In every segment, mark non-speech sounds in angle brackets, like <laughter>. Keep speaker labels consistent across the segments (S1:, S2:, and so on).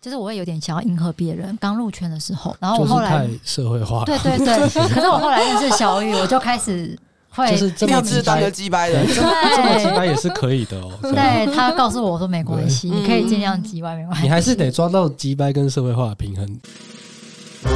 S1: 就是我会有点想要迎合别人。刚入圈的时候，然后
S2: 就
S1: 我
S2: 是
S1: 哦后来
S2: 太，社会化了，
S1: 对对
S2: <laughs>
S1: 对，可是我后来认识小雨，我就开始会，
S2: 就是这么
S3: 励
S2: 直
S3: 志当
S2: 白
S3: 个，鸡掰人，
S2: 这么这么直白也是可以的哦。这样
S1: 对他告诉我说没关系，
S3: 对
S1: 你可以尽量挤外没关系。
S2: 你还是得抓到鸡掰跟社会化的平衡。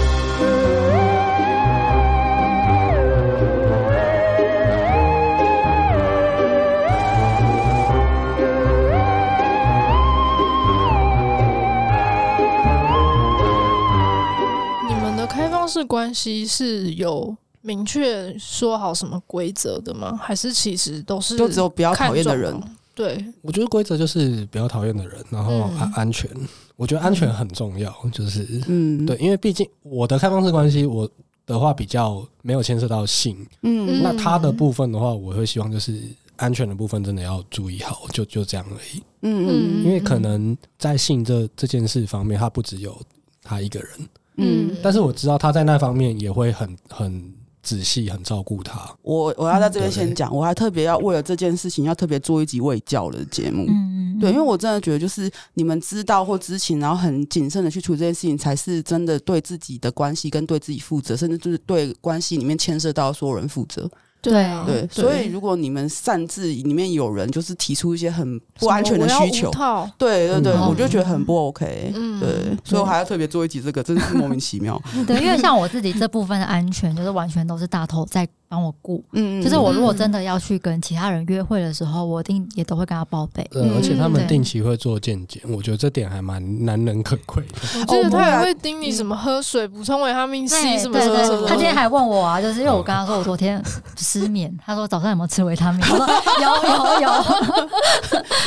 S4: 你们的开放式关系是有明确说好什么规则的吗？还是其实都是
S3: 就只有不要
S4: 看
S3: 讨厌的人
S4: 状。况？对，
S2: 我觉得规则就是不要讨厌的人，然后
S4: 嗯
S2: 安安全，我觉得安全很重要，就是
S3: 嗯，
S2: 对，，因为毕竟我的开放式关系，我的话比较没有牵涉到性，
S3: 嗯
S2: 那他的部分的话，我会希望就是安全的部分真的要注意好，就就这样而已。
S3: 嗯
S2: 因为可能在性这这件事方面，他不只有他一个人，
S3: 嗯，
S2: 但是我知道他在那方面也会很很仔细、很照顾他。
S3: 我我要在这边先讲，我还特别要为了这件事情要特别做一集卫教的节目。
S1: 嗯，嗯
S3: 对，因为我真的觉得，就是你们知道或知情，然后很谨慎的去处理这件事情，才是真的对自己的关系跟对自己负责，甚至就是对关系里面牵涉到所有人负责。
S4: 对啊，
S3: 哦对，所以如果你们擅自里面有人就是提出一些很不安全的需求，
S4: 套，
S3: 对对对，
S2: 嗯
S3: 我就觉得很不 OK。
S4: 嗯
S3: 对，所以我还要特别做一集这个，真的是莫名其妙。
S1: 对，因为像我自己这部分的安全，就是完全都是大头在帮我顾。
S3: <laughs> 嗯，
S1: 就是我如果
S4: 嗯
S1: 真的要去跟其他人约会的时候，我一定也都会跟他报备。
S2: 呃，
S3: 嗯
S2: 而且他们
S1: 对
S2: 定期会做健检，我觉得这点还蛮难能可贵的。
S4: 我
S3: 哦
S4: 记得
S3: 我
S4: 他
S3: 们
S4: 也会盯你什么喝水、补充维他命 C
S1: 对
S4: 什么
S1: 对
S4: 什么什
S1: 对，
S4: 么。
S1: 他今天还问我啊，就是因为我跟他说我昨天失眠，他说早上有没有吃维他命？我说有有有，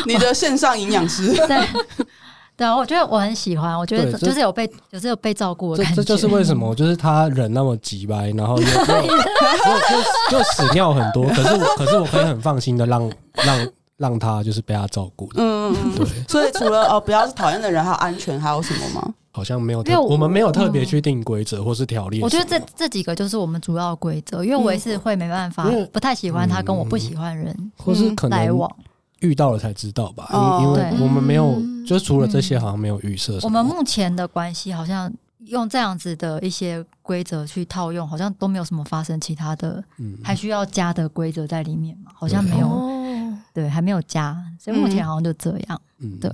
S3: 你的线上营养师，
S1: <laughs> 对对，啊我觉得我很喜欢，我觉得
S2: 对这
S1: 就是有被就是有被照顾的
S2: 这
S1: 感觉，
S2: 这就是为什么，就是他人那么急掰，然
S1: <laughs>
S2: 后又又又又又屎尿很多，可是我可是我可以很放心的让让让他就是被他照顾的，
S3: <laughs> 嗯，嗯嗯
S2: 对，
S3: 所以除了哦不要是讨厌的人，还有安全，还有什么吗？
S2: 好像没有
S1: 因
S2: 特
S1: 为我
S2: 我们没有特别去定规则或是条例什
S1: 嗯
S2: 么，嗯
S1: 我觉得这这几个就是我们主要的规则，因为我也是会没办法
S2: 因为，
S1: 不太喜欢他跟我不喜欢的人
S2: 或是可
S1: 嗯来
S2: 能
S1: 往。
S2: 遇到了才知道吧，
S3: 哦
S2: 因因为
S1: 对
S2: 我们没有
S4: 嗯
S2: 就是除了这些好像没有预设什么，
S1: 我们目前的关系好像用这样子的一些规则去套用，好像都没有什么发生其他的，
S2: 嗯
S1: 还需要加的规则在里面嘛？好像没有，
S4: 哦，
S1: 对，还没有加，所以目前好像就这样。
S2: 嗯
S1: 对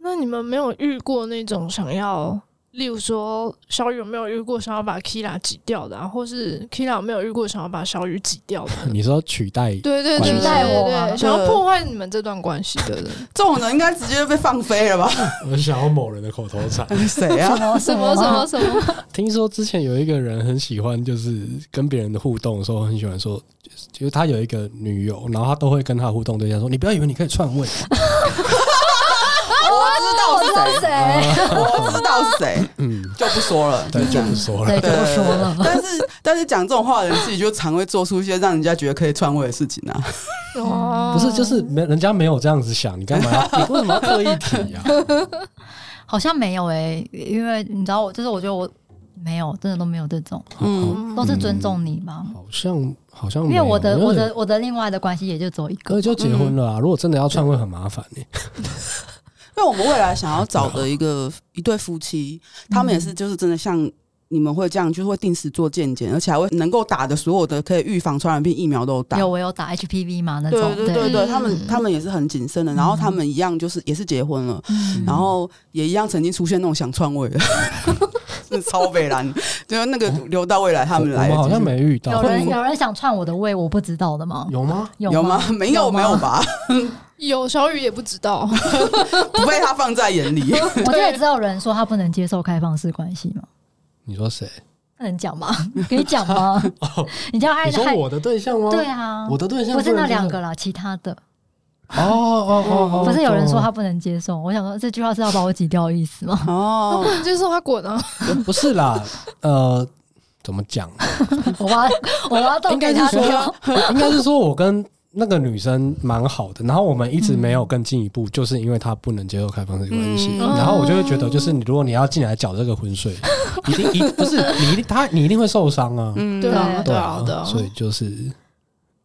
S4: 那你们没有遇过那种想要，例如说小雨有没有遇过想要把 Kira 挤掉的、啊，或是 Kira 有没有遇过想要把小雨挤掉的？
S2: 你说取代
S4: 对对对，
S2: 取代
S4: 对
S1: 我
S4: 对
S1: 吗
S4: 对想要破坏你们这段关系的人，
S3: 这种人应该直接被放飞了吧？
S2: 我想要某人的口头禅，
S3: <laughs> 谁啊？
S1: 么
S4: 哦什么什 <laughs> 么？什么，
S2: <laughs> 听说之前有一个人很喜欢，就是跟别人的互动的时候，很喜欢说，就是就是他有一个女友，然后他都会跟他互动对象说：“你不要以为你可以篡位。
S3: 我知道是谁，
S1: 谁？
S3: 我知道是谁，”
S2: 嗯，
S3: 就不说了，
S2: 对，
S3: 这
S2: 就
S3: 样
S2: 不说了。
S1: 对，就不说了。
S3: 但是但是讲这种话的人自己就常会做出一些让人家觉得可以篡位的事情啊。
S4: 哦
S2: 不是，就是没人家没有这样子想，你干嘛
S1: <laughs>
S2: 要？你为什么要刻意提啊？
S1: 好像没有诶、因为你知道我，就是我觉得我没有，真的都没有这种，
S3: 嗯，
S1: 都是尊重你嘛。
S2: 好像好像
S1: 因
S2: 嗯没
S1: 为
S2: 有
S1: 我的
S2: 因为
S1: 我的我的另外的关系也就只有一
S2: 可
S1: 个
S2: 是，就结婚了啊！如果真的要篡位，很麻烦欸耶。
S3: 因为我们未来想要找的一个一对夫妻，他们也
S1: 嗯
S3: 是就是真的像。你们会这样，就是会定时做健检，而且还会能够打的所有的可以预防传染病疫苗都有打。
S1: 有我有打 HPV 嘛那
S3: 对
S1: 种，
S3: 对对对，
S4: 嗯
S3: 他们他们也是很谨慎的，然后他们一样就是也是结婚了，
S1: 嗯
S3: 然后也一样曾经出现那种想篡位的，是超北蓝，就是那个留到未来他们
S2: 我
S3: 来，
S2: 们好像没遇
S1: 有
S2: 到，
S1: 人有人想串我的位，我不知道的吗？
S2: 有吗？
S1: 有
S3: 有吗？没有没有
S1: 吗？
S3: 吧，
S4: 有小雨也不知道，
S3: 不被他放在
S1: <laughs>
S3: 眼里。 <laughs>
S1: 我记得知道有人说他不能接受开放式关系吗？
S2: 你说谁？
S1: 不能讲
S3: <laughs>
S1: 吗？可以讲吗？你叫爱
S2: 哦你说
S1: 爱
S2: 我的对象吗？
S1: 对啊，
S2: 我的对象
S1: 不是那
S2: 能接受
S1: 两个啦，其他的
S2: 哦哦哦哦，
S1: 不是有人说他
S2: 懂
S1: 不能接受，我想说这句话是要把我挤掉的意思吗？
S3: 哦，
S4: <laughs> 就是他滚啊！
S2: 了不是啦，呃，怎么讲？
S1: 我挖我挖洞
S2: 应该
S1: 给
S2: 是
S1: 他
S2: 说
S1: 跳，
S2: <laughs> 应该是说我跟那个女生蛮好的，然后我们一直没有更进一步，就是因为她不能接受开放式关系，
S3: 嗯
S2: 然后我就会觉得，就是你如果你要进来搅这个浑水，一定一不是你一定她你一定会受伤啊，
S3: 嗯
S4: 对啊，
S1: 对
S4: 对啊
S2: 啊，，
S4: 对啊，
S2: 所以就是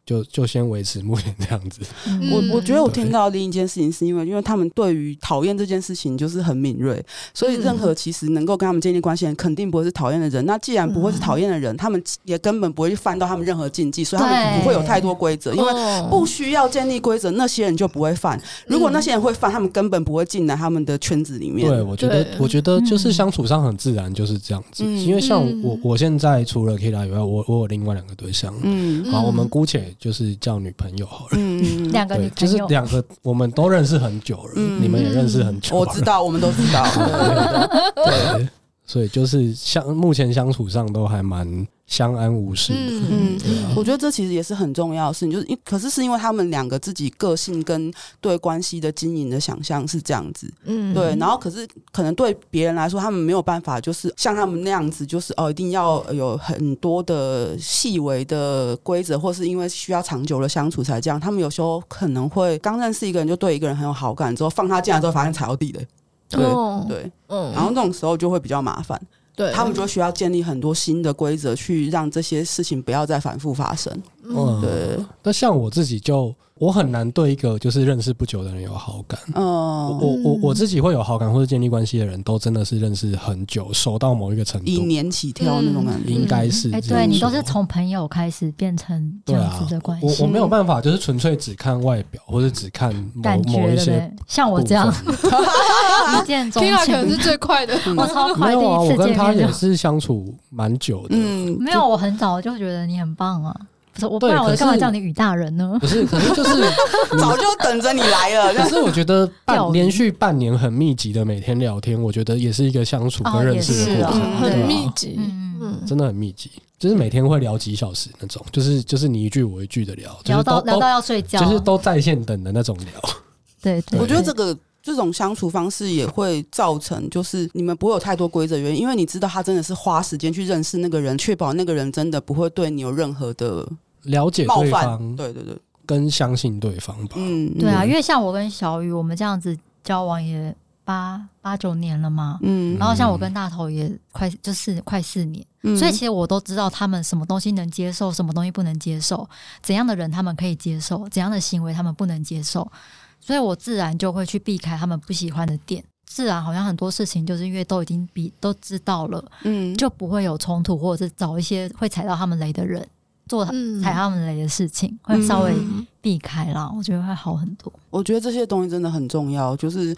S2: 就就先维持目前这样子。
S1: 嗯
S4: 嗯
S3: 我我觉得我
S2: 对
S3: 听到另一件事情，是因为因为他们对于讨厌这件事情就是很敏锐，所以任何其实能够跟他们建立关系的人，肯定不会是讨厌的人。那既然不会是讨厌的人，他们也根本不会去犯到他们任何禁忌，所以他们
S1: 对
S3: 不会有太多规则，因为
S4: 哦
S3: 不需要建立规则，那些人就不会犯。如果那些人会犯，他们根本不会进来他们的圈子里面。
S2: 对，我觉得
S4: 对
S2: 我觉得就是相处上很自然就是这样子。
S3: 嗯
S2: 因为像
S4: 嗯
S2: 我我现在除了 Kira 以外，我我有另外两个对象。
S3: 嗯
S2: 好，
S4: 嗯
S2: 我们姑且就是叫女朋友好了。
S3: 嗯，
S1: 两个
S2: 对
S1: 女，
S2: 就
S1: 朋
S2: 是
S1: 友，
S2: 两个我们都认识很久了，
S3: 嗯
S2: 你们也认识很久了。
S3: 我知道，我们都知道。
S2: <laughs> 对，所以就是相目前相处上都还蛮相安无事的。
S3: 嗯
S2: 对啊
S3: 我觉得这其实也是很重要的事情，就是因可是是因为他们两个自己个性跟对关系的经营的想象是这样子，
S4: 嗯
S3: 对，然后可是可能对别人来说，他们没有办法，就是像他们那样子，就是哦，一定要有很多的细微的规则，或是因为需要长久的相处才这样。他们有时候可能会刚认识一个人就对一个人很有好感，之后放他进来之后发现踩到地雷，对
S4: 哦
S3: 对，
S4: 嗯
S3: 然后那种时候就会比较麻烦，
S4: 对
S3: 他们就需要建立很多新的规则，去让这些事情不要再反复发生。
S2: 嗯，
S3: 对，
S2: 那像我自己就我很难对一个就是认识不久的人有好感。
S1: 哦
S3: 嗯，
S2: 我我我自己会有好感或者建立关系的人，都真的是认识很久，熟到某一个程
S3: 以
S2: 度，
S3: 年起跳那种感觉。
S2: 应该是
S1: 哎，
S2: 这样
S1: 对你都
S2: 说
S1: 是从朋友开始变成这
S2: 对
S1: 样
S2: 啊
S1: 子的关，
S2: 我
S1: 系，
S2: 我没有办法，就是纯粹只看外表或者只看某
S1: 感
S2: 某
S1: 觉
S2: 一
S1: 对不
S2: 些
S1: 对？像我这样
S2: 部
S1: <laughs> 一见 <laughs> 钟
S4: Kira 可能
S1: 情，
S4: 是最快的，
S1: 我超
S2: 没
S1: 快，第
S2: 有啊，
S1: 一
S2: 我
S1: 次
S2: 跟
S1: 见
S2: 他
S1: 面
S2: 也
S1: 就是
S2: 相处蛮久的。
S3: 嗯，
S1: <laughs> 没有，我很早就觉得你很棒啊，不是我不
S2: 对
S1: 然我
S2: 可是
S1: 干嘛叫你雨大人呢？
S2: 可是可是就是，
S3: <laughs> 嗯早就等着你来了。
S2: 可是我觉得
S1: 钓
S2: 半
S1: 鱼
S2: 连续半年很密集的每天聊天，我觉得也是一个相处
S1: 哦
S2: 跟认识
S1: 也
S2: 的
S1: 是
S2: 过
S1: 啊
S2: 程，
S1: 嗯
S4: 很
S2: 对啊
S4: 密集，
S1: 嗯嗯，
S4: 嗯，
S2: 真的很密集，就是每天会聊几小时那种，就是就是你一句我一句的聊，就
S1: 聊
S2: 是
S1: 到
S2: 都
S1: 聊
S2: 都
S1: 到要睡觉，啊
S2: 就是都在线等的那种聊。 <laughs>
S1: 对，对
S3: 我觉得这
S1: 对
S3: 个这种相处方式也会造成，就是你们不会有太多规则原因，因为你知道他真的是花时间去认识那个人，确保那个人真的不会对你有任何的
S2: 了解
S3: 冒
S2: 对
S3: 犯。
S2: 方
S3: 对对对，
S2: 跟相信对方吧。
S3: 嗯，
S1: 对啊，因为像我跟小雨，我们这样子交往也八八九年了嘛。
S3: 嗯
S1: 然后像我跟大头也快就四快四年，
S3: 嗯
S1: 所以其实我都知道他们什么东西能接受，什么东西不能接受，怎样的人他们可以接受，怎样的行为他们不能接受，所以我自然就会去避开他们不喜欢的点。自然好像很多事情就是因为都已经比都知道了，
S3: 嗯
S1: 就不会有冲突，或者是找一些会踩到他们雷的人做
S4: 嗯
S1: 踩他们雷的事情，会稍微
S4: 嗯
S1: 避开啦，我觉得会好很多。
S3: 我觉得这些东西真的很重要，就是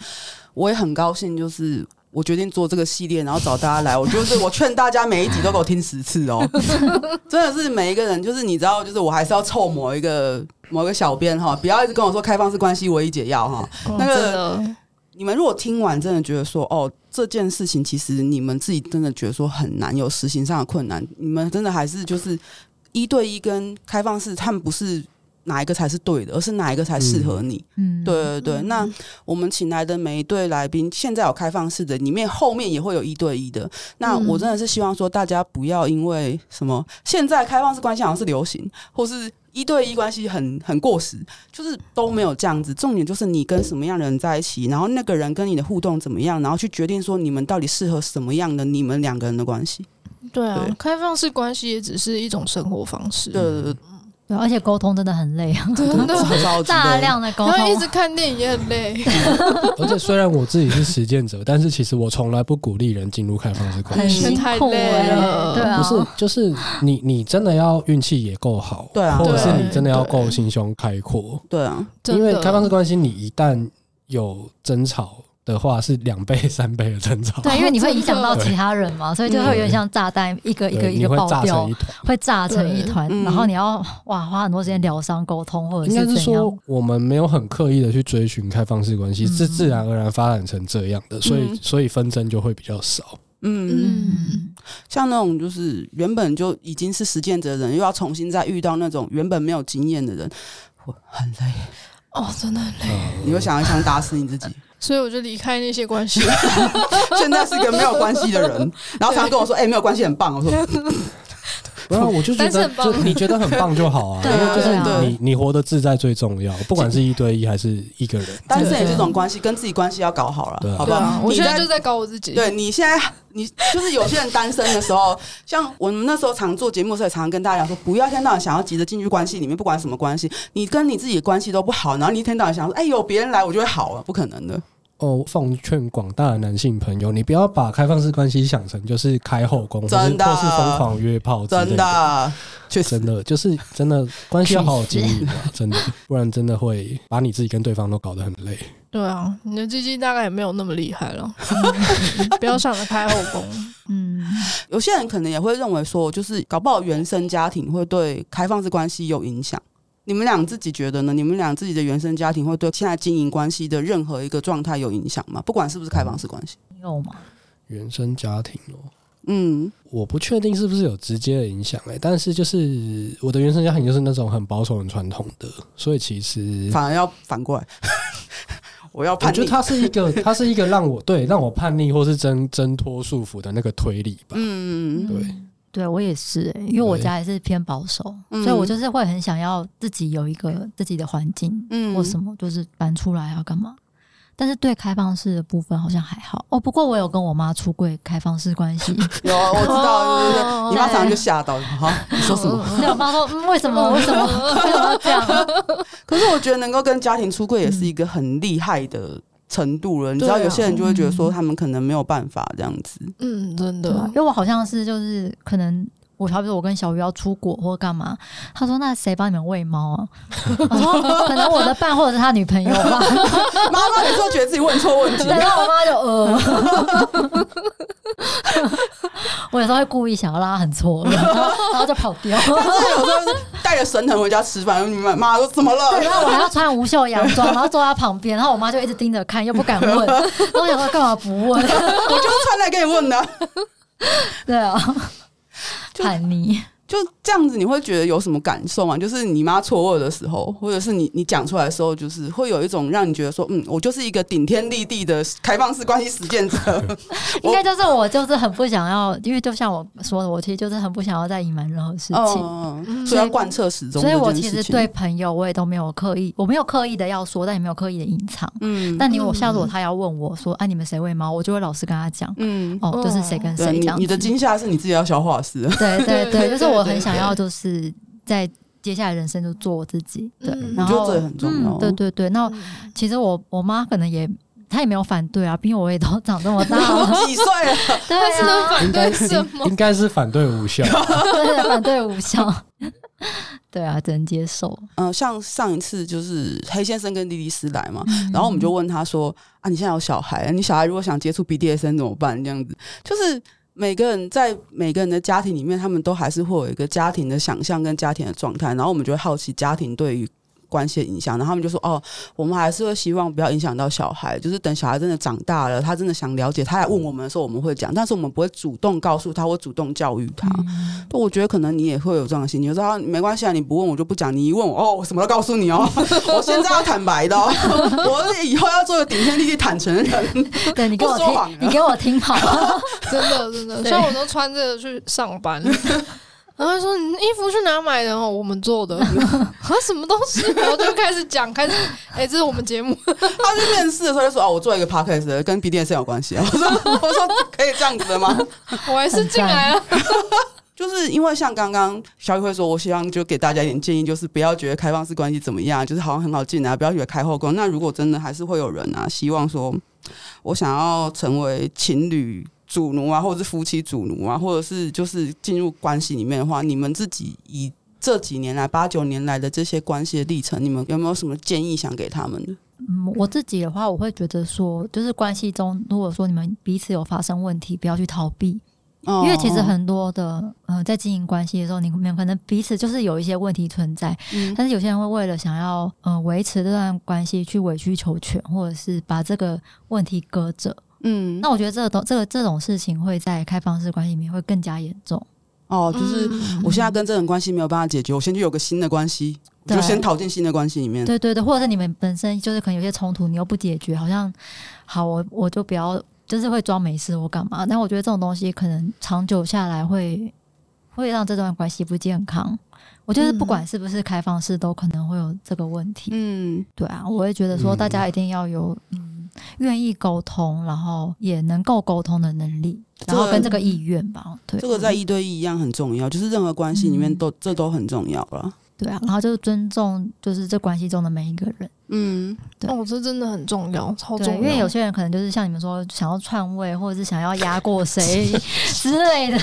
S3: 我也很高兴，就是。我决定做这个系列，然后找大家来。我就是我劝大家每一集都给我听十次哦， <laughs> 真的是每一个人，就是你知道，就是我还是要凑某一个某一个小编哈，不要一直跟我说开放式关系唯一解药哈。那个
S4: 哦真的
S3: 你们如果听完真的觉得说，哦，这件事情其实你们自己真的觉得说很难，有实行上的困难，你们真的还是就是一对一跟开放式，他们不是哪一个才是对的，而是哪一个才适合你。
S1: 嗯，
S3: 对对对，
S4: 嗯
S3: 那我们请来的每一对来宾，现在有开放式的，里面后面也会有一对一的。那
S4: 嗯
S3: 我真的是希望说，大家不要因为什么现在开放式关系好像是流行，或是一对一关系很很过时，就是都没有这样子。重点就是你跟什么样的人在一起，然后那个人跟你的互动怎么样，然后去决定说你们到底适合什么样的你们两个人的关系。
S4: 对啊
S3: 对，
S4: 开放式关系也只是一种生活方式，
S3: 对对对，
S1: 对，而且沟通真的很累啊，
S4: 真的。
S3: 超超级
S1: 大
S3: 的
S1: 量的沟
S4: 然后一直
S1: 通，
S4: 看电影也很累，
S2: 而且虽然我自己是实践者，但是其实我从来不鼓励人进入开放式关
S1: 很
S2: 系。
S1: 辛
S4: 太
S1: 苦
S4: 累
S1: 欸
S4: 了
S1: 对啊，
S2: 不是，就是你，你真的要运气也够好，
S3: 对啊
S2: 或者是
S4: 对
S2: 你真的要够
S4: 对
S2: 心胸开阔，
S3: 对啊，
S2: <laughs> 因为
S4: 真的
S2: 开放式关系，你一旦有争吵的话，是两倍、 <laughs> 三倍的争吵，
S1: <laughs> 对，因为你会影响到
S2: 对
S1: 其他人嘛，所以就会有点像炸弹，一个一个
S2: 嗯对
S1: 一
S2: 你
S1: 个
S2: 会
S1: 爆
S2: 炸
S1: 掉
S2: 成一，团。
S1: 会炸成一
S4: 对
S1: 团，
S3: 嗯
S1: 然后你要哇花很多时间疗伤、沟通，或者
S2: 应该
S1: 是
S2: 是
S1: 怎
S2: 说
S1: 样？，
S2: 我们没有很刻意的去追寻开放式关系，
S1: 嗯
S2: 是自然而然发展成这样的，所以
S3: 嗯
S2: 所以纷争就会比较少。
S3: 嗯
S1: 嗯，
S3: 像那种就是原本就已经是实践者的人，又要重新再遇到那种原本没有经验的人，我很累。
S4: 哦，真的很累，
S3: 你会想一想打死你自己。
S4: 所以我就离开那些关系。
S3: 现在是一个没有关系的人，然后常常跟我说：“哎、没有关系很棒。”我说
S2: 不要，我就觉
S5: 但是
S2: 得
S5: 很棒
S2: 就你觉得很棒就好
S1: <laughs>
S2: 啊，
S1: 对
S2: 因
S1: 啊
S2: 为就是
S1: 对
S3: 啊
S2: 你你活得自在最重要，不管是一对一还是一个人。
S3: 单身也是一种关系，跟自己关系要搞好
S2: 对啊
S3: 了，好不
S5: 对啊
S3: 好？，
S5: 我
S3: 你
S5: 现在
S3: 在
S5: 就在搞我自己。
S3: 对你现在，你就是有些人单身的时候，像我们那时候常做节目的时候，也常常跟大家讲说，不要一天到晚想要急着进去关系里面，不管什么关系，你跟你自己的关系都不好，然后你一天到晚想说，哎、有别人来我就会好了，不可能的。
S2: 哦，奉劝广大的男性朋友，你不要把开放式关系想成就是开后宫，或是
S3: 真的
S2: 或是疯狂约炮之类
S3: 真的，确实
S2: 真的就是真的关系要好好经营啊，真的，不然真的会把你自己跟对方都搞得很累。
S4: 对啊，你的鸡鸡大概也没有那么厉害了，不要想着开后宫。
S1: 嗯，
S3: 有些人可能也会认为说，就是搞不好原生家庭会对开放式关系有影响。你们俩自己觉得呢？你们俩自己的原生家庭会对现在经营关系的任何一个状态有影响吗？不管是不是开放式关系，
S1: 你有吗？
S2: 原生家庭哦，
S3: 嗯，
S2: 我不确定是不是有直接的影响哎、但是就是我的原生家庭就是那种很保守、很传统的，所以其实
S3: 反而要反过来，我要
S2: 我
S3: 叛
S2: 觉得
S3: 逆。
S2: 它是一个，它是一个让我对让我叛逆或是挣挣脱束缚的那个推理吧。
S3: 嗯，
S2: 对
S1: 嗯对我也是、欸，因为我
S2: 对
S1: 家也是偏保守，
S3: 嗯
S1: 所以我就是会很想要自己有一个自己的环境，
S3: 嗯
S1: 或什么，就是搬出来要干嘛。但是对开放式的部分好像还好哦。不过我有跟我妈出柜开放式关系， <laughs>
S3: 有啊我知道，对对对，
S4: <laughs> 哦
S3: 你妈常常就吓到，哈，你说什么？
S1: 对我妈说、嗯、为什么为什么 <laughs> 为什么要这样？
S3: 可是我觉得能够跟家庭出柜也是一个很厉害的程度了。你知道，
S4: 对啊
S3: 有些人就会觉得说他们可能没有办法这样子。
S4: 嗯，真
S1: 对吧？啊
S4: 的
S1: 因，为我好像是就是可能。我好比我跟小鱼要出国或干嘛，他说那谁帮你们喂猫 <laughs> 啊？我说可能我的伴或者是他女朋友 <laughs> 吧。
S3: <laughs> 妈妈有时候觉得自己问错问题
S1: 对，，然后我妈就呃， <laughs> 我有时候会故意想要让她很错愕，然后然后就跑掉。
S3: 但是有时候带着神藤回家吃饭，你妈妈说怎么了
S1: 对，？然后我还要穿无袖洋装，然后坐在她旁边，然后我妈就一直盯着看，又不敢问。 <laughs> 然后我想说干嘛不问？
S3: 我就是穿来给你问的啊，
S1: 对啊，
S3: 就
S1: 叛逆。
S3: 就这样子，你会觉得有什么感受吗？就是你妈错愕的时候，或者是你你讲出来的时候，就是会有一种让你觉得说，嗯，我就是一个顶天立地的开放式关系实践者。
S1: 应该就是我就是很不想要，因为就像我说的，我其实就是很不想要再隐瞒任何事情。
S3: 嗯，嗯所以要贯彻始终
S1: 所以
S3: 这
S1: 我
S3: 件事情。
S1: 其实对朋友我也都没有刻意，我没有刻意的要说，但也没有刻意的隐藏。
S3: 嗯，
S1: 但你我下次我他要问我说，哎、你们谁喂猫？我就会老实跟他讲，
S3: 嗯，
S1: 哦，就是谁跟
S3: 对
S1: 谁这
S3: 你
S1: 样子。
S3: 你的惊吓是你自己要消化
S1: <laughs>
S3: 的事。
S1: 对对
S4: 对对
S3: <laughs>
S1: 对，就是我
S4: 对
S1: 很想
S4: 对
S1: 要，就是在接下来人生就做我自己。对
S4: 嗯，
S1: 然
S3: 我觉得
S1: 后
S3: 这也很重要
S1: 嗯。对对对，那
S4: 嗯
S1: 其实我我妈可能也。她也没有反对啊，毕竟我也都长这么大
S3: <laughs>
S1: 了，
S3: 我几岁了？
S1: 对
S5: 但是能
S1: 啊，
S5: 反
S2: 应该
S5: 对
S2: 是
S5: 什
S3: 嗯
S5: 么？
S2: 应该是反对无
S3: <laughs>
S2: 效。
S1: 对反对无效， <laughs> 对啊，只能接受。
S3: 嗯，像上一次就是黑先生跟莉莉丝来嘛，
S1: 嗯
S3: 然后我们就问他说：“啊，你现在有小孩，你小孩如果想接触 BDSN 怎么办？”这样子，就是每个人在每个人的家庭里面，他们都还是会有一个家庭的想象跟家庭的状态，然后我们就会好奇家庭对于。关系的影响，然后他们就说：“哦，我们还是会希望不要影响到小孩，就是等小孩真的长大了，他真的想了解，他来问我们的时候，我们会讲，但是我们不会主动告诉他或主动教育他。对，我觉得可能你也会有这样的心情，就是啊，没关系啊，你不问我就不讲，你一问我哦，我什么都告诉你哦，我现在要坦白的、哦，我以后要做个顶天立地坦诚的人。
S1: 嗯对你给我
S3: 不说谎了
S1: 听，你给我听好 <laughs> 了。
S4: <laughs> 真的真的，
S1: 对
S4: 像我都穿这个去上班。然后就说你衣服去哪买的？哦，我们做的啊，什么东西？然后就开始讲，开始哎、这是我们节目，
S3: 他去面试的时候就说哦，我做一个 podcast 跟 BDS 有关系啊。 <laughs> 我说我说可以这样子的吗？
S4: 我还是进来了。
S3: 就是因为像刚刚小雨会说，我希望就给大家一点建议，就是不要觉得开放式关系怎么样，就是好像很好进来，啊不要觉得开后宫。那如果真的还是会有人啊，希望说我想要成为情侣主奴啊，或者是夫妻主奴啊，或者是就是进入关系里面的话，你们自己以这几年来八九年来的这些关系的历程，你们有没有什么建议想给他们的？
S1: 嗯，我自己的话，我会觉得说，就是关系中，如果说你们彼此有发生问题，不要去逃避，
S3: 因
S1: 因为其实很多的，呃，在经营关系的时候，你们可能彼此就是有一些问题存在，
S3: 嗯
S1: 但是有些人会为了想要，呃，维持这段关系去委曲求全，或者是把这个问题搁着。
S3: 嗯
S1: 那我觉得这个东这个这种事情会在开放式关系里面会更加严重。
S3: 哦，就是
S4: 嗯
S3: 我现在跟这种关系没有办法解决，我先去有个新的关系，我就
S1: 对
S3: 先逃进新的关系里面。
S1: 对对对，或者是你们本身就是可能有些冲突，你又不解决，好像好我我就不要，就是会装没事，我干嘛？但我觉得这种东西可能长久下来会会让这段关系不健康。我觉得不管是不是开放式，都可能会有这个问题。
S3: 嗯，
S1: 对啊，我会觉得说
S2: 嗯
S1: 大家一定要有嗯愿意沟通，然后也能够沟通的能力，
S3: 这
S1: 然
S3: 个
S1: 后跟这个意愿吧。对，啊嗯
S3: 这个在一对一一样很重要，就是任何关系里面都、这都很重要了。
S1: 对啊，然后就是尊重，就是这关系中的每一个人。
S3: 嗯，
S1: 对
S4: 哦，这真的很重要，超
S1: 对，
S4: 重要。
S1: 因为有些人可能就是像你们说，想要篡位，或者是想要压过
S3: <laughs>
S1: 谁之类的，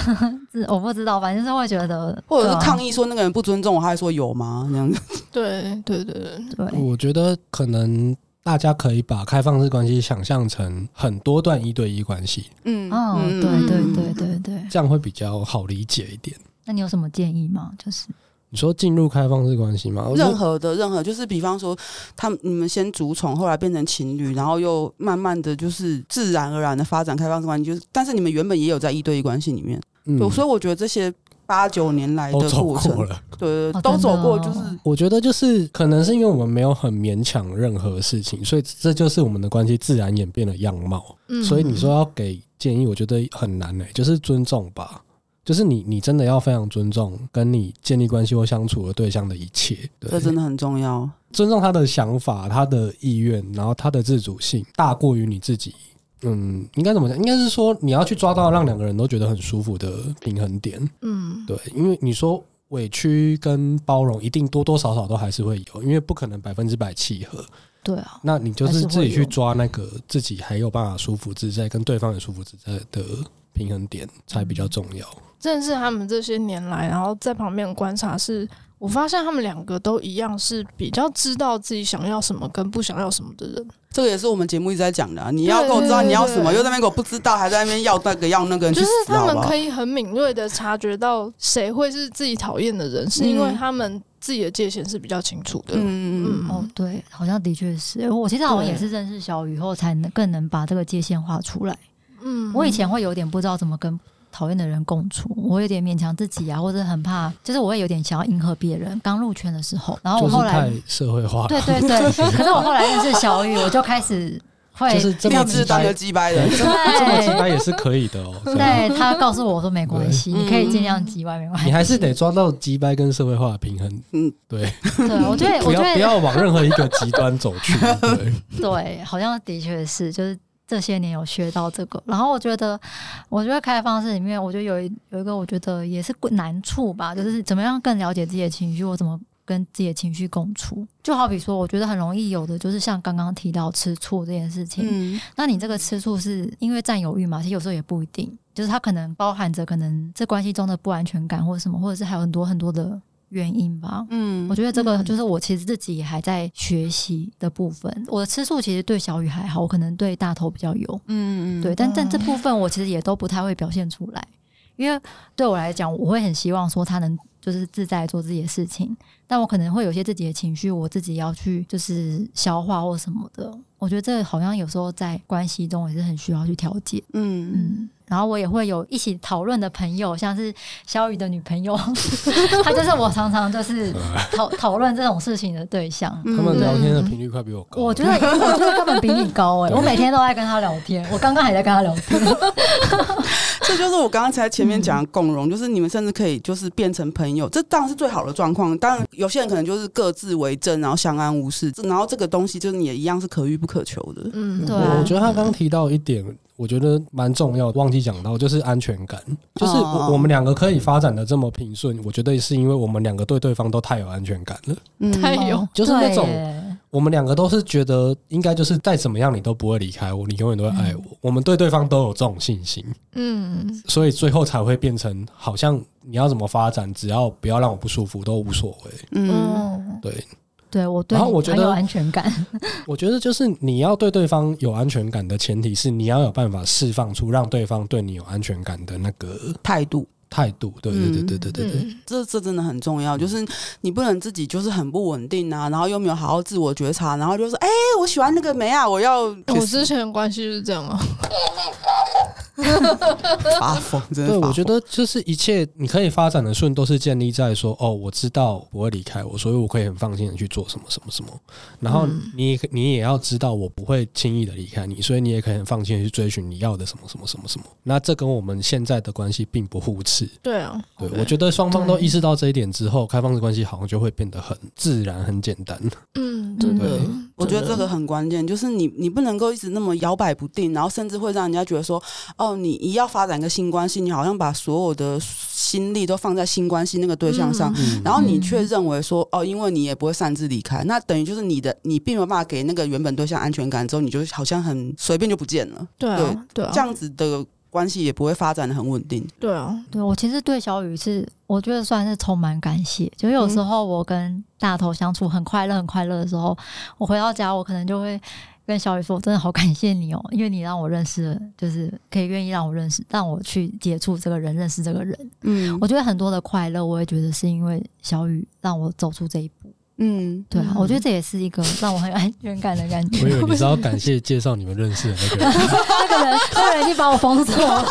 S1: 是我不知道，反正是会觉得，啊
S3: 或者是抗
S1: 议。
S3: 议说那个人不尊重我，他还说有吗？这样子，
S4: 对对对对，
S1: 对，
S2: 我觉得可能大家可以把开放式关系想象成很多段一对一关系，
S3: 嗯
S1: 哦，
S3: 嗯
S1: 对对
S3: 嗯
S1: 对对对。
S2: 这样会比较好理解一点。
S1: 那你有什么建议吗？就是
S2: 你说进入开放式关系吗？我觉
S3: 嗯任
S2: 得
S3: 何的任何，就是比方说，他们你们先主宠，后来变成情侣，然后又慢慢的就是自然而然的发展开放式关系，就是但是你们原本也有在一对一关系里面，
S2: 嗯
S3: 所以我觉得这些八九年来
S2: 都
S3: 的
S2: 走
S3: 过程，
S2: 过了。
S3: 对对对，
S1: 哦
S3: 都走过，
S1: 真
S3: 就
S1: 的
S3: 是
S1: 哦
S2: 我觉得就是可能是因为我们没有很勉强任何事情，所以这就是我们的关系自然演变的样貌。
S4: 嗯
S2: 所以你说要给建议，我觉得很难呢、就是尊重吧。就是你，你真的要非常尊重跟你建立关系或相处的对象的一切，
S3: 这
S2: 对，
S3: 真的很重要。
S2: 尊重他的想法、他的意愿，然后他的自主性大过于你自己。嗯，应该怎么讲？应该是说你要去抓到让两个人都觉得很舒服的平衡点。
S4: 嗯，
S2: 对，因为你说委屈跟包容，一定多多少少都还是会有，因为不可能百分之百契合。
S1: 对啊，
S2: 那你就
S1: 还
S2: 是
S1: 是会
S2: 自己去
S1: 有
S2: 抓那个自己还有办法舒服自在，跟对方也舒服自在的平衡点才比较重要。
S1: 嗯
S4: 正是他们这些年来，然后在旁边观察是，我发现他们两个都一样，是比较知道自己想要什么跟不想要什么的人。
S3: 这个也是我们节目一直在讲的、啊，你要跟我知道
S4: 对对对
S3: 你要什么，
S4: 对
S3: 又在那边给我不知道，还在那边要那个要那个，你去
S4: 就是
S3: 死啊
S4: 他
S3: 好
S4: 们
S3: 不好
S4: 可？以很敏锐的察觉到谁会是自己讨厌的人，是因为
S3: 嗯
S4: 他们自己的界限是比较清楚的。
S3: 嗯嗯
S1: 哦
S4: 嗯，
S1: 对，好像的确是。我其实好像也是认识小雨后，才能更能把这个界限画出来。
S4: 嗯
S1: 我以前会有点不知道怎么跟讨厌的人共处，我有点勉强自己啊，或者很怕，就是我会有点想要迎合别人。刚入圈的时候，然后
S2: 就
S1: 我
S2: 是
S1: 后来
S2: 太，社会 <laughs> 化
S1: 对 <laughs>
S2: 了，
S1: 对对，可是我后来认识小雨，我就开始会
S2: 就是这么
S3: 励
S1: 要
S3: 志
S1: 明
S3: 当
S1: 白
S3: 个鸡掰人，
S1: 对，
S2: 这么直白也是可以的哦。这
S1: <laughs>
S2: 样
S1: 对他告诉我说没关系，
S3: 对
S1: 你可以尽量挤歪，没关系。
S2: 你还是得抓到击败跟社会化的平衡，
S3: 嗯，
S2: 对，
S1: 对，我觉得，哎
S2: 不
S1: 我
S2: 要
S1: 觉
S2: 不
S1: 得
S2: 要往任何一个极端走
S3: <laughs>
S2: 去。对，
S1: 对，好像的确是，就是这些年有学到这个。然后我觉得，我觉得开放式里面，我觉得有一有一个，我觉得也是难处吧，就是怎么样更了解自己的情绪，我怎么。跟自己的情绪共处，就好比说，我觉得很容易有的就是像刚刚提到吃醋这件事情，
S3: 嗯，
S1: 那你这个吃醋是因为占有欲嘛？其实有时候也不一定，就是它可能包含着可能这关系中的不安全感，或者什么，或者是还有很多很多的原因吧。
S3: 嗯
S1: 我觉得这个
S4: 嗯
S1: 就是我其实自己也还在学习的部分。我的吃醋其实对小雨还好，我可能对大头比较有，
S3: 嗯嗯
S1: 对，但但
S4: 嗯
S1: 这部分我其实也都不太会表现出来，因为对我来讲，我会很希望说他能就是自在做自己的事情，但我可能会有一些自己的情绪，我自己要去就是消化或什么的。我觉得这好像有时候在关系中也是很需要去调节，
S3: 嗯
S1: 嗯。然后我也会有一起讨论的朋友，像是小雨的女朋友， <laughs> 她就是我常常
S3: <laughs>
S1: 就是讨讨论这种事情的对象。
S3: 嗯
S2: 他们聊天的频率快比我高。
S1: 我觉得，我觉得根本比你高哎、我每天都在跟她聊天，我刚刚还在跟她聊天。
S3: 这就是我刚刚才前面讲的共融，就是你们甚至可以就是变成朋友，这当然是最好的状况。当然，有些人可能就是各自为政，然后相安无事，然后这个东西就是你也一样是可遇不可求的。
S4: 嗯，
S1: 对
S2: 我
S1: 啊
S2: 我觉得他刚提到一点，我觉得蛮重要的，忘记讲到，就是安全感。就是
S3: 哦
S2: 我我们两个可以发展的这么平顺，我觉得是因为我们两个对对方都太有安全感了。
S3: 嗯
S4: 太有
S1: 哦
S2: 哎就是那种
S1: 对耶
S2: 我们两个都是觉得应该就是再怎么样你都不会离开我，你永远都会爱我。
S1: 嗯
S2: 我们对对方都有这种信心，
S4: 嗯
S2: 所以最后才会变成好像你要怎么发展，只要不要让我不舒服都无所谓。
S3: 嗯
S4: 嗯
S2: 对，
S1: 对我对
S2: 然后
S1: 你
S2: 我觉
S1: 很有
S2: 得
S1: 安全感， <laughs>
S2: 我觉得就是你要对对方有安全感的前提是你要有办法释放出让对方对你有安全感的那个
S3: 态度，
S2: 态度。对对对对对对对。
S4: 嗯
S3: 这这真的很重要，就是你不能自己就是很不稳定啊，然后又没有好好自我觉察，然后就说， <laughs> 哎、我喜欢那个梅啊，我要
S4: 我之前的关系就是这样啊，
S3: 发疯，真的
S2: 对，
S3: 发疯
S2: 我觉得就是一切你可以发展的顺，都是建立在说哦，我知道不会离开我，所以我可以很放心的去做什么什么什么。然后你也可你也要知道，我不会轻易的离开你，所以你也可以很放心的去追寻你要的什么什么什么什么。那这跟我们现在的关系并不互斥。
S4: 对啊，
S2: 对，
S4: 对
S2: 我觉得双方都意识到这一点之后，开放式关系好像就会变得很自然、很简 <laughs> 单。
S4: 嗯，真的
S2: 对，
S3: 我觉得
S4: 真
S3: 这
S4: 的
S3: 个很关键，就是你你不能够一直那么摇摆不定，然后甚至会让人家觉得说，哦，你一要发展一个新关系，你好像把所有的心力都放在新关系那个对象上，
S4: 嗯
S2: 嗯
S3: 然
S2: <laughs>
S3: 后你却认为说，哦，因为你也不会擅自离开，那等于就是你的你并没有办法给那个原本对象安全感，之后你就好像很随便就不见了，
S4: 对啊，对啊，
S3: 这样子的关系也不会发展的很稳定。
S4: 对啊，
S1: 对我其实对小雨是，我觉得算是充满感谢。就有时候我跟大头相处很快乐、很快乐的时候，我回到家，我可能就会跟小雨说：“我真的好感谢你哦，因为你让我认识了，就是可以愿意让我认识，让我去接触这个人，认识这个人。”
S3: 嗯
S1: 我觉得很多的快乐，我也觉得是因为小雨让我走出这一步。
S3: 嗯，
S1: 对啊，
S4: 嗯
S1: 我觉得这也是一个让我很有安全感的感觉。
S2: 我以为你是要感谢介绍你们认识的那 <laughs> 个人
S1: 那个人，那个人已经把我封锁了。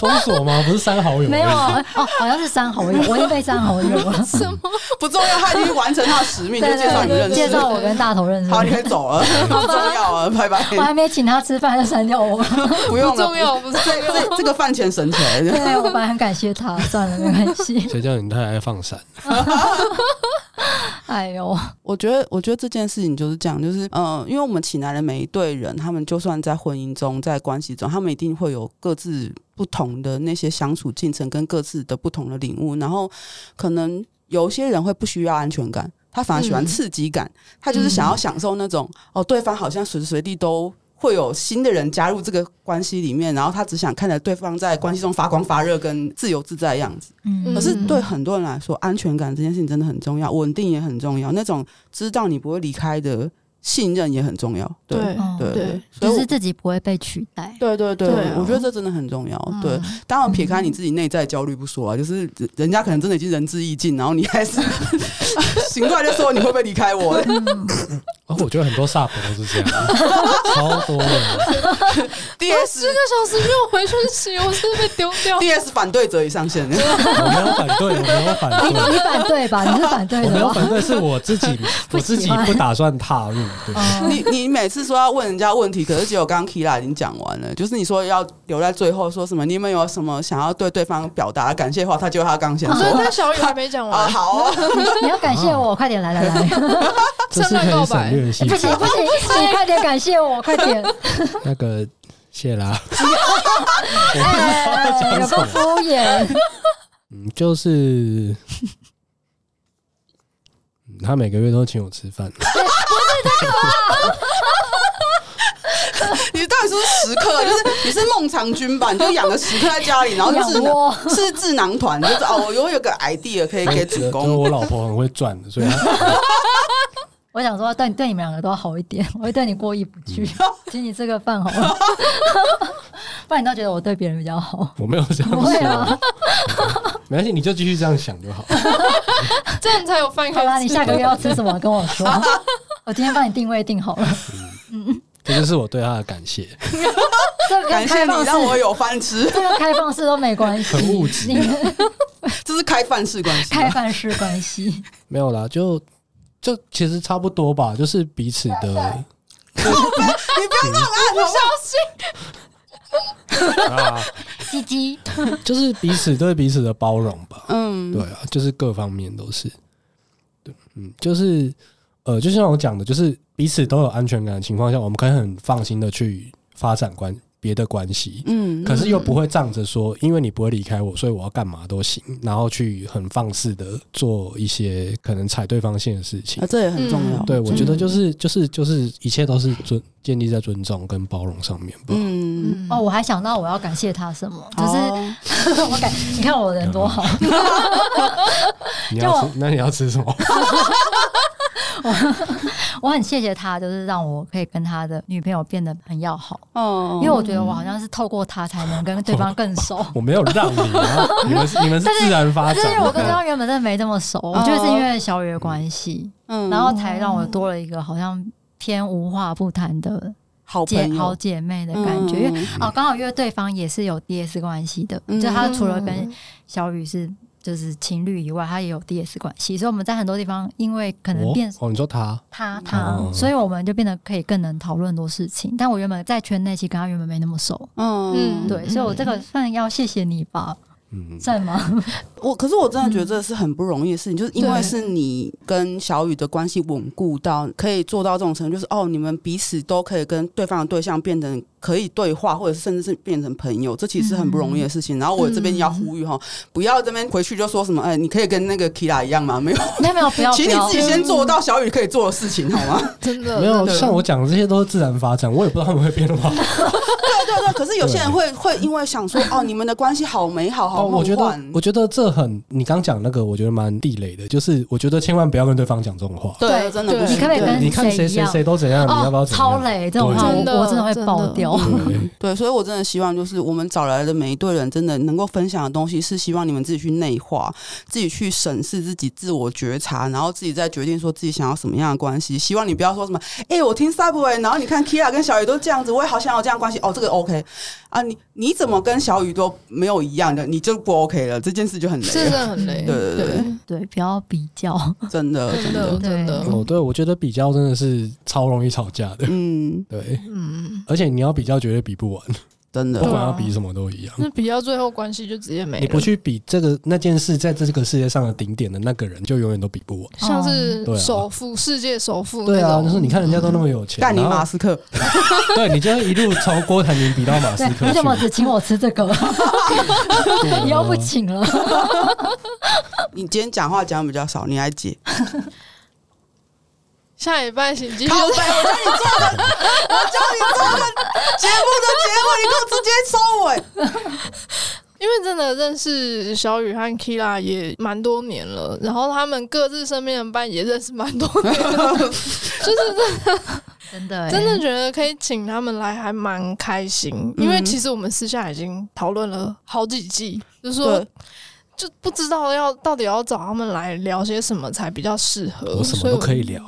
S2: 封锁吗？不是删好友？
S1: 没有啊，哦，好像是删好友，我已经被删好友了。
S4: 什么？
S3: <laughs> 不重要，他已经完成他的使
S1: <laughs>
S3: 命，就
S1: 对
S3: 介绍你们认
S1: 对，
S3: 识。
S1: 介绍我跟大头认识。
S3: 好，你可以走了， <laughs> 不重要了，拜
S1: <laughs>
S3: 拜。
S1: 我还没请他吃饭就删掉我，
S3: <laughs> 不用
S4: 不
S3: 了，
S4: 重要，不重要。
S3: 这这个饭钱 <laughs> 省起来
S1: <laughs> 对
S3: 的。
S1: 我本来很感谢他，算了，没关
S2: <laughs>
S1: 系。
S2: 谁叫你太爱放闪？
S1: 哎呦，
S3: 我觉得，我觉得这件事情就是这样，就是嗯、呃因为我们请来的每一对人，他们就算在婚姻中、在关系中，他们一定会有各自不同的那些相处进程跟各自的不同的领悟，然后可能有些人会不需要安全感。他反而喜欢
S4: 嗯
S3: 刺激感，他就是想要享受那种、哦，对方好像随时随地都会有新的人加入这个关系里面，然后他只想看着对方在关系中发光发热跟自由自在的样子。
S1: 嗯
S3: 可是
S4: 嗯
S3: 对很多人来说，安全感这件事情真的很重要，稳定也很重要，那种知道你不会离开的信任也很重要。对
S4: 对
S1: 哦
S3: 对
S4: 对
S3: 对，所
S1: 就
S3: 以
S1: 是
S3: 我
S1: 自己不会被取代。
S3: 对对对，
S4: 对啊
S3: 我觉得这真的很重要。对
S1: 嗯，，
S3: 当然撇开你自己内在焦虑不说啊，就是人人家可能真的已经仁至义尽，然后你还是 <laughs> 醒过来就说你会不会离开我？
S2: 哦，我觉得很多煞婆都是这 <laughs> 样，超多的。
S3: D
S4: 我
S3: S
S4: 十个小时没有回讯息，我是被丢掉。
S3: D S 反对者已上线，
S2: 我没有反对，我没有反
S1: 你
S2: 对，
S1: 你反对吧？你是反对
S2: 我没
S1: 的
S2: 有
S1: 吧？
S2: 反对，是我自 <laughs> 己，
S1: 不
S2: 我自
S1: 喜
S2: 己
S1: 欢
S2: 不打算踏入。对，
S1: 嗯
S3: <laughs> 你你每次说要问人家问题，可是只有刚刚 Kira 已经讲完了，就是你说要留在最后说什么？你们有什么想要对对方表达的感谢话？他就他刚先
S1: 哦
S4: 所以
S3: 说
S4: 那小雨还没讲
S3: 啊，
S4: 完，
S3: 好哦，
S1: 你要感谢我，快点来来来，
S2: 这是可以省略
S1: 哎
S2: 性
S1: 不行不行，你快点感谢我，快点，
S2: <laughs> 那个谢 <laughs> 啦。
S1: 哎，有个敷衍，
S2: 嗯，就是，嗯他每个月都请我吃饭，
S3: 你到底是不是食客？就是你是孟尝君吧？你就养个食客在家里，然后就
S1: 养
S3: 是
S1: 窝，
S3: 是智囊团，就是哦，我有有个 idea 可以给主
S2: 就是
S3: 公。
S2: 我老婆很会赚的，所以她
S1: 我想说，对对你们两个都好一点，我会对你过意不去，
S3: 嗯
S1: <laughs> 请你吃个饭好了， <laughs> 不然你倒觉得我对别人比较好。
S2: 我没有这样
S1: 不会啊
S2: 说。没关系，你就继续这样想就好。
S4: 这样才有饭
S1: 好啦，
S4: 可以
S1: 你
S4: 吃。
S1: 下个月要吃什么跟我
S3: <laughs>
S1: 说，我今天帮你定位定好了。
S2: 这就是我对她的感谢。
S1: 这个
S3: 感谢
S1: 开放
S3: 你
S1: 式，
S3: 让我有饭吃，
S1: 这个开放式都没关系，
S2: 很物质
S1: 你
S3: 这是开饭式关系。
S1: 开放式关系，
S2: 没有啦，就就其实差不多吧，就是彼此的
S3: 你不要让我按头，
S2: 啊，
S1: 鸡鸡，
S2: 就是彼此对彼此的包容吧。对
S3: 嗯，
S2: 啊，就是各方面都是。对，嗯，就是呃，就像我讲的，就是彼此都有安全感的情况下，我们可以很放心的去发展关别的关系。
S3: 嗯
S2: 可是又不会仗着说，因为你不会离开我，所以我要干嘛都行，然后去很放肆的做一些可能踩对方线的事情
S3: 啊，。这也很重要。
S2: 对，我觉得
S4: 嗯
S2: 就是就是就是一切都是尊建立在尊重跟包容上面吧。
S3: 嗯，哦
S1: 哦，我还想到我要感谢他什么，嗯就
S3: 好
S1: 是 <laughs> 我感，你看我人多好，
S3: 嗯
S2: 你
S1: 就
S2: 要
S1: 我
S2: 吃那你要吃什么？。
S1: 我很谢谢他，就是让我可以跟他的女朋友变得很要好，
S3: 哦
S1: 因为我觉得我好像是透过他才能跟对方更熟
S2: 我没有让你啊，你们是你们是自然发
S1: 但
S2: 展嗯
S1: 是我跟对
S2: 的。
S1: 方原本真的没这么熟，我觉得是因为小雨的关系，
S3: 嗯
S1: 然后才让我多了一个好像偏无话不谈的
S3: 好
S1: 姐
S3: 朋
S1: 好
S3: 友嗯
S1: 姐妹的感觉，因为
S3: 为
S1: 哦，刚好因为对方也是有 DS 关系的，
S3: 嗯
S1: 就他除了跟小雨是就是情侣以外，他也有 DS 关系，所以我们在很多地方，因为可能
S2: 哦
S1: 变
S2: 哦，你说他
S1: 他他，
S2: 哦
S1: 所以我们就变得可以更能讨论很多事情。但我原本在圈内其实跟他原本没那么熟，
S3: 嗯
S4: 嗯
S1: 对，所以我这个算要谢谢你吧，
S2: 嗯，
S1: 算吗？
S3: 我可是我真的觉得这是很不容易的事情，就是因为
S4: 对
S3: 是你跟小雨的关系稳固到可以做到这种程度，就是哦，你们彼此都可以跟对方的对象变成可以对话，或者是甚至是变成朋友，这其实是很不容易的事情。然后我这边要呼吁哈，不要这边回去就说什么，哎，你可以跟那个 Kira 一样吗？没有，
S1: 没有没有，不要不
S3: 请你
S1: 要
S3: 自，己先做到小雨可以做的事情，好吗？
S4: 真的
S2: 没有
S4: 真的
S2: 像我讲的这些都是自然发展，我也不知道他们会变化。
S3: <laughs> 对对对，可是有些人会会因为想说，哦，你们的关系好美好，好
S2: 哦，
S3: 梦
S2: 我
S3: 幻，
S2: 觉得我觉得这很，你刚讲那个，我觉得蛮地雷的，就是我觉得千万不要跟对方讲这种话。
S3: 对，
S1: 对
S3: 真的不
S4: 对
S3: 行，
S1: 你可不可以
S3: 对
S1: 跟
S2: 你看谁
S1: 谁一
S2: 谁
S1: 样
S2: 谁都怎样，你要不要
S1: 哦，
S2: 怎样？
S1: 超雷这种话，
S2: 对
S1: 我
S4: 真的
S1: 我真的会爆掉。
S2: 对
S3: 对，所以我真的希望就是我们找来的每一对人，真的能够分享的东西，是希望你们自己去内化，自己去审视自己，自我觉察，然后自己再决定说自己想要什么样的关系。希望你不要说什么，哎、我听 Subway，然后你看 Kira 跟小雨都这样子，我也好想要这样的关系。哦，这个 OK 啊，你你怎么跟小雨都没有一样的，你就不 OK 了，这件事就很累
S4: 真
S3: 了，
S4: 的很累，
S3: 对对对
S1: <laughs> 对，不要比
S2: <laughs>
S1: 较。
S3: 真的
S4: 真
S3: 真的
S4: 的，真的，
S2: 哦，对，我觉得比较真的是超容易吵架的。
S3: 嗯，
S2: 对，
S4: 嗯，
S2: 而且你要比较，绝对比不完，
S3: 真
S2: 不
S3: 的
S4: 对
S2: 管
S4: 啊
S2: 要比什么都一样。
S4: 那比较最后关系就直接没了。
S2: 你不去比这个那件事，在这个世界上的顶点的那个人，就永远都比不完。
S4: 像是
S2: 嗯对啊
S4: 首富，世界首富
S2: 对啊，
S4: 那种
S2: 就是你看人家都那么有钱，
S3: 干你
S2: 然后
S3: 马斯克，
S2: 对，你就会一路从郭台铭比到马斯
S1: 对，
S2: 克
S1: 你
S2: 去啊
S1: 怎么只请我吃这个？ <laughs> 以后不请了。
S3: 你今天讲话讲得比较少，你来解。
S4: 下礼拜请继续
S3: 靠背，我叫你做的，我叫你做的节目的结尾，你给我直接收尾。
S4: 因为真的认识小雨和 Kira 也蛮多年了，然后他们各自身边的伴也认识蛮多年
S2: <laughs>
S4: 了，就是
S1: 真
S3: 哎
S1: 的、欸，
S4: 真的觉得可以请他们来还蛮开心。
S3: 嗯
S4: 因为其实我们私下已经讨论了好几季，就说
S3: 对
S4: 就不知道要到底要找他们来聊些什么才比较适合，
S2: 我什
S4: 所
S2: 么
S4: 以
S2: 都
S4: 我
S2: 可以聊。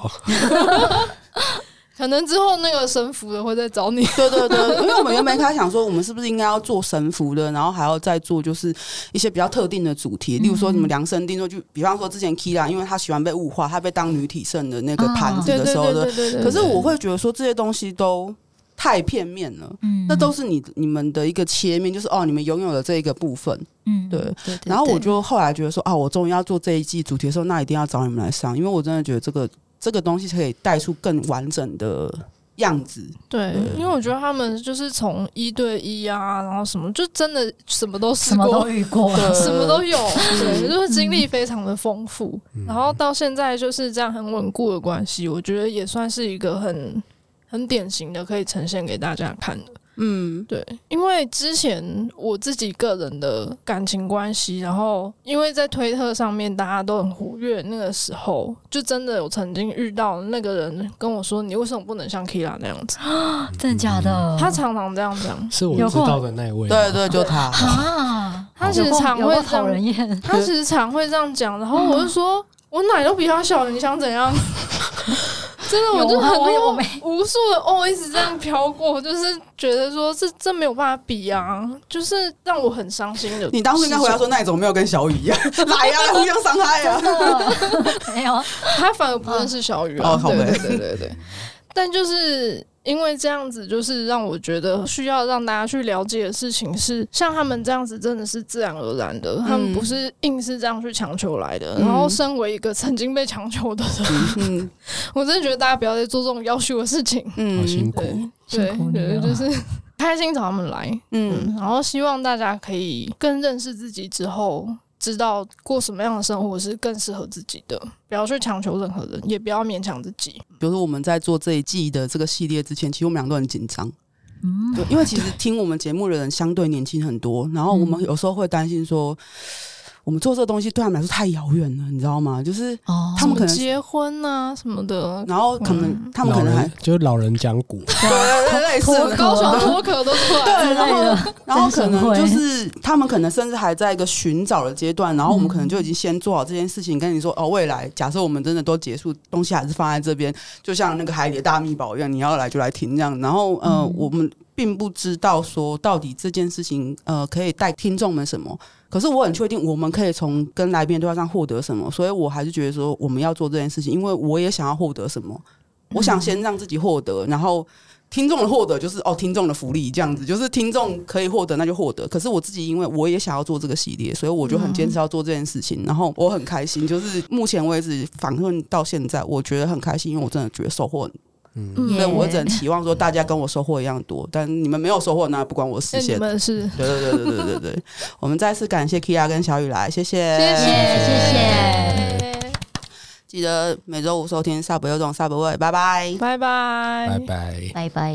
S4: 可能之后那个神符的会再找你。
S3: 对对对，因为我们原本一开始想说，我们是不是应该要做神符的，然后还要再做就是一些比较特定的主题，例如说你们量身定做，就比方说之前 Kira，因为他喜欢被物化，他被当女体盛嗯的那个盘子
S4: 对
S3: 的
S4: 对
S3: 时候
S4: 对
S3: 的，
S4: 对对对。
S3: 可是我会觉得说这些东西都太片面了。
S1: 嗯，
S3: 那都是你你们的一个切面，就是哦，你们拥有的这一个部分，
S1: 嗯
S3: 对
S1: 对
S3: 然后我就后来觉得说啊，我终于要做这一季主题的时候，那一定要找你们来上，因为我真的觉得这个这个东西可以带出更完整的样子。
S4: 对，因为我觉得他们就是从一对一啊，然后什么，就真的什么都试
S1: 什么都
S4: 过，
S1: 遇过了，
S3: 对
S4: 什么都有，对，就是经历非常的丰富。然后到现在就是这样很稳固的关系，我觉得也算是一个很很典型的可以呈现给大家看的。
S3: 嗯
S4: 对，因为之前我自己个人的感情关系，然后因为在推特上面大家都很活跃，那个时候就真的有曾经遇到那个人跟我说：“你为什么不能像 Kira 那样子？”
S1: <laughs> 真的假的？
S4: 他常常这样讲。
S2: 是我
S1: 有
S2: 知
S1: 空
S2: 道的那一位，
S3: 对，对，就他。
S1: 啊，
S4: 他
S1: 有
S4: 时
S1: 够
S4: 常
S1: 有
S4: 会
S1: 够
S4: 这
S1: 讨人
S4: 样，
S1: 厌，
S4: 他时常会这样讲，然后我
S3: 嗯
S4: 就说，我奶都比他小，你想怎
S3: <laughs>
S4: 样？真的，
S1: 有
S4: 我就
S1: 啊
S4: 很
S1: 我有
S4: 多
S1: 没
S4: 无数的 OS 这样飘过，就是觉得说这这没有办法比啊，就是让我很伤心的。
S3: 你当初应该回答说，，那你怎么没有跟小雨一样？ <laughs> 来呀、来互相伤害啊呀、
S1: <laughs> 没有，
S4: 他反而不认识小雨、
S3: 哦
S4: 啊，
S3: 好
S4: 对
S3: 呗
S4: 对对对对。但就是因为这样子，就是让我觉得需要让大家去了解的事情是，像他们这样子真的是自然而然的，他
S3: 嗯
S4: 们不是硬是这样去强求来的。然后，身为一个曾经被强求的人，
S3: 嗯
S4: <laughs> 我真的觉得大家不要再做这种要求的事情。
S3: 嗯
S2: 好辛苦
S4: 对。
S1: 辛苦
S4: 对
S1: 你
S4: 对，
S1: 了
S4: 就是 <laughs> 开心找他们来，
S3: 嗯
S4: 嗯，然后希望大家可以更认识自己之后，知道过什么样的生活是更适合自己的，不要去强求任何人，也不要勉强自己。
S3: 比如说我们在做这一季的这个系列之前，其实我们俩都很紧张，
S1: 嗯，
S3: 对，因为其实听我们节目的人相对年轻很多，然后我们有时候会担心说，我们做这个东西对他们来说太遥远了，你知道吗？就是，
S1: 哦，
S3: 他们可能
S4: 结婚啊什么的，
S3: <laughs> 然后可能、
S4: 嗯
S3: 他们可能
S2: 老
S3: 还
S2: 人就是老人讲古，
S3: 对 <laughs> 对对类似
S1: 脱
S4: 高手脱壳都出来了。
S1: 啊之类的，
S3: 然后可能
S1: 真
S3: 就
S1: 神会
S3: 是他们可能甚至还在一个寻找的阶段，然后我们
S1: 嗯
S3: 可能就已经先做好这件事情，跟你说哦，未来假设我们真的都结束，东西还是放在这边，就像那个海里的大密宝一样，你要来就来停这样。然后呃，
S1: 嗯
S3: 我们并不知道说到底这件事情呃可以带听众们什么，可是我很确定我们可以从跟来宾的对话上获得什么，所以我还是觉得说我们要做这件事情，因为我也想要获得什么，我想先让自己获得，然后听众的获得就是哦，听众的福利这样子，就是听众可以获得，那就获得。可是我自己因为我也想要做这个系列，所以我就很坚持要做这件事情，然后我很开心。就是目前为止访问到现在，我觉得很开心，因为我真的觉得收获很，
S1: 嗯
S3: 所以我只
S1: 整
S3: 能期望说大家跟我收获一样多，但你们没有收获，那不关我
S4: 那
S3: 事。谢
S4: 哎你
S3: 谢。
S4: 们是
S3: 对对对对对对对，我们再次感谢 Kia 跟小雨来，谢谢，
S4: 谢
S1: 谢
S4: 谢谢，
S3: 记得每周五收听 Sub 有种 Sub 味，拜拜。
S4: 拜拜
S2: 拜拜。
S1: 拜拜。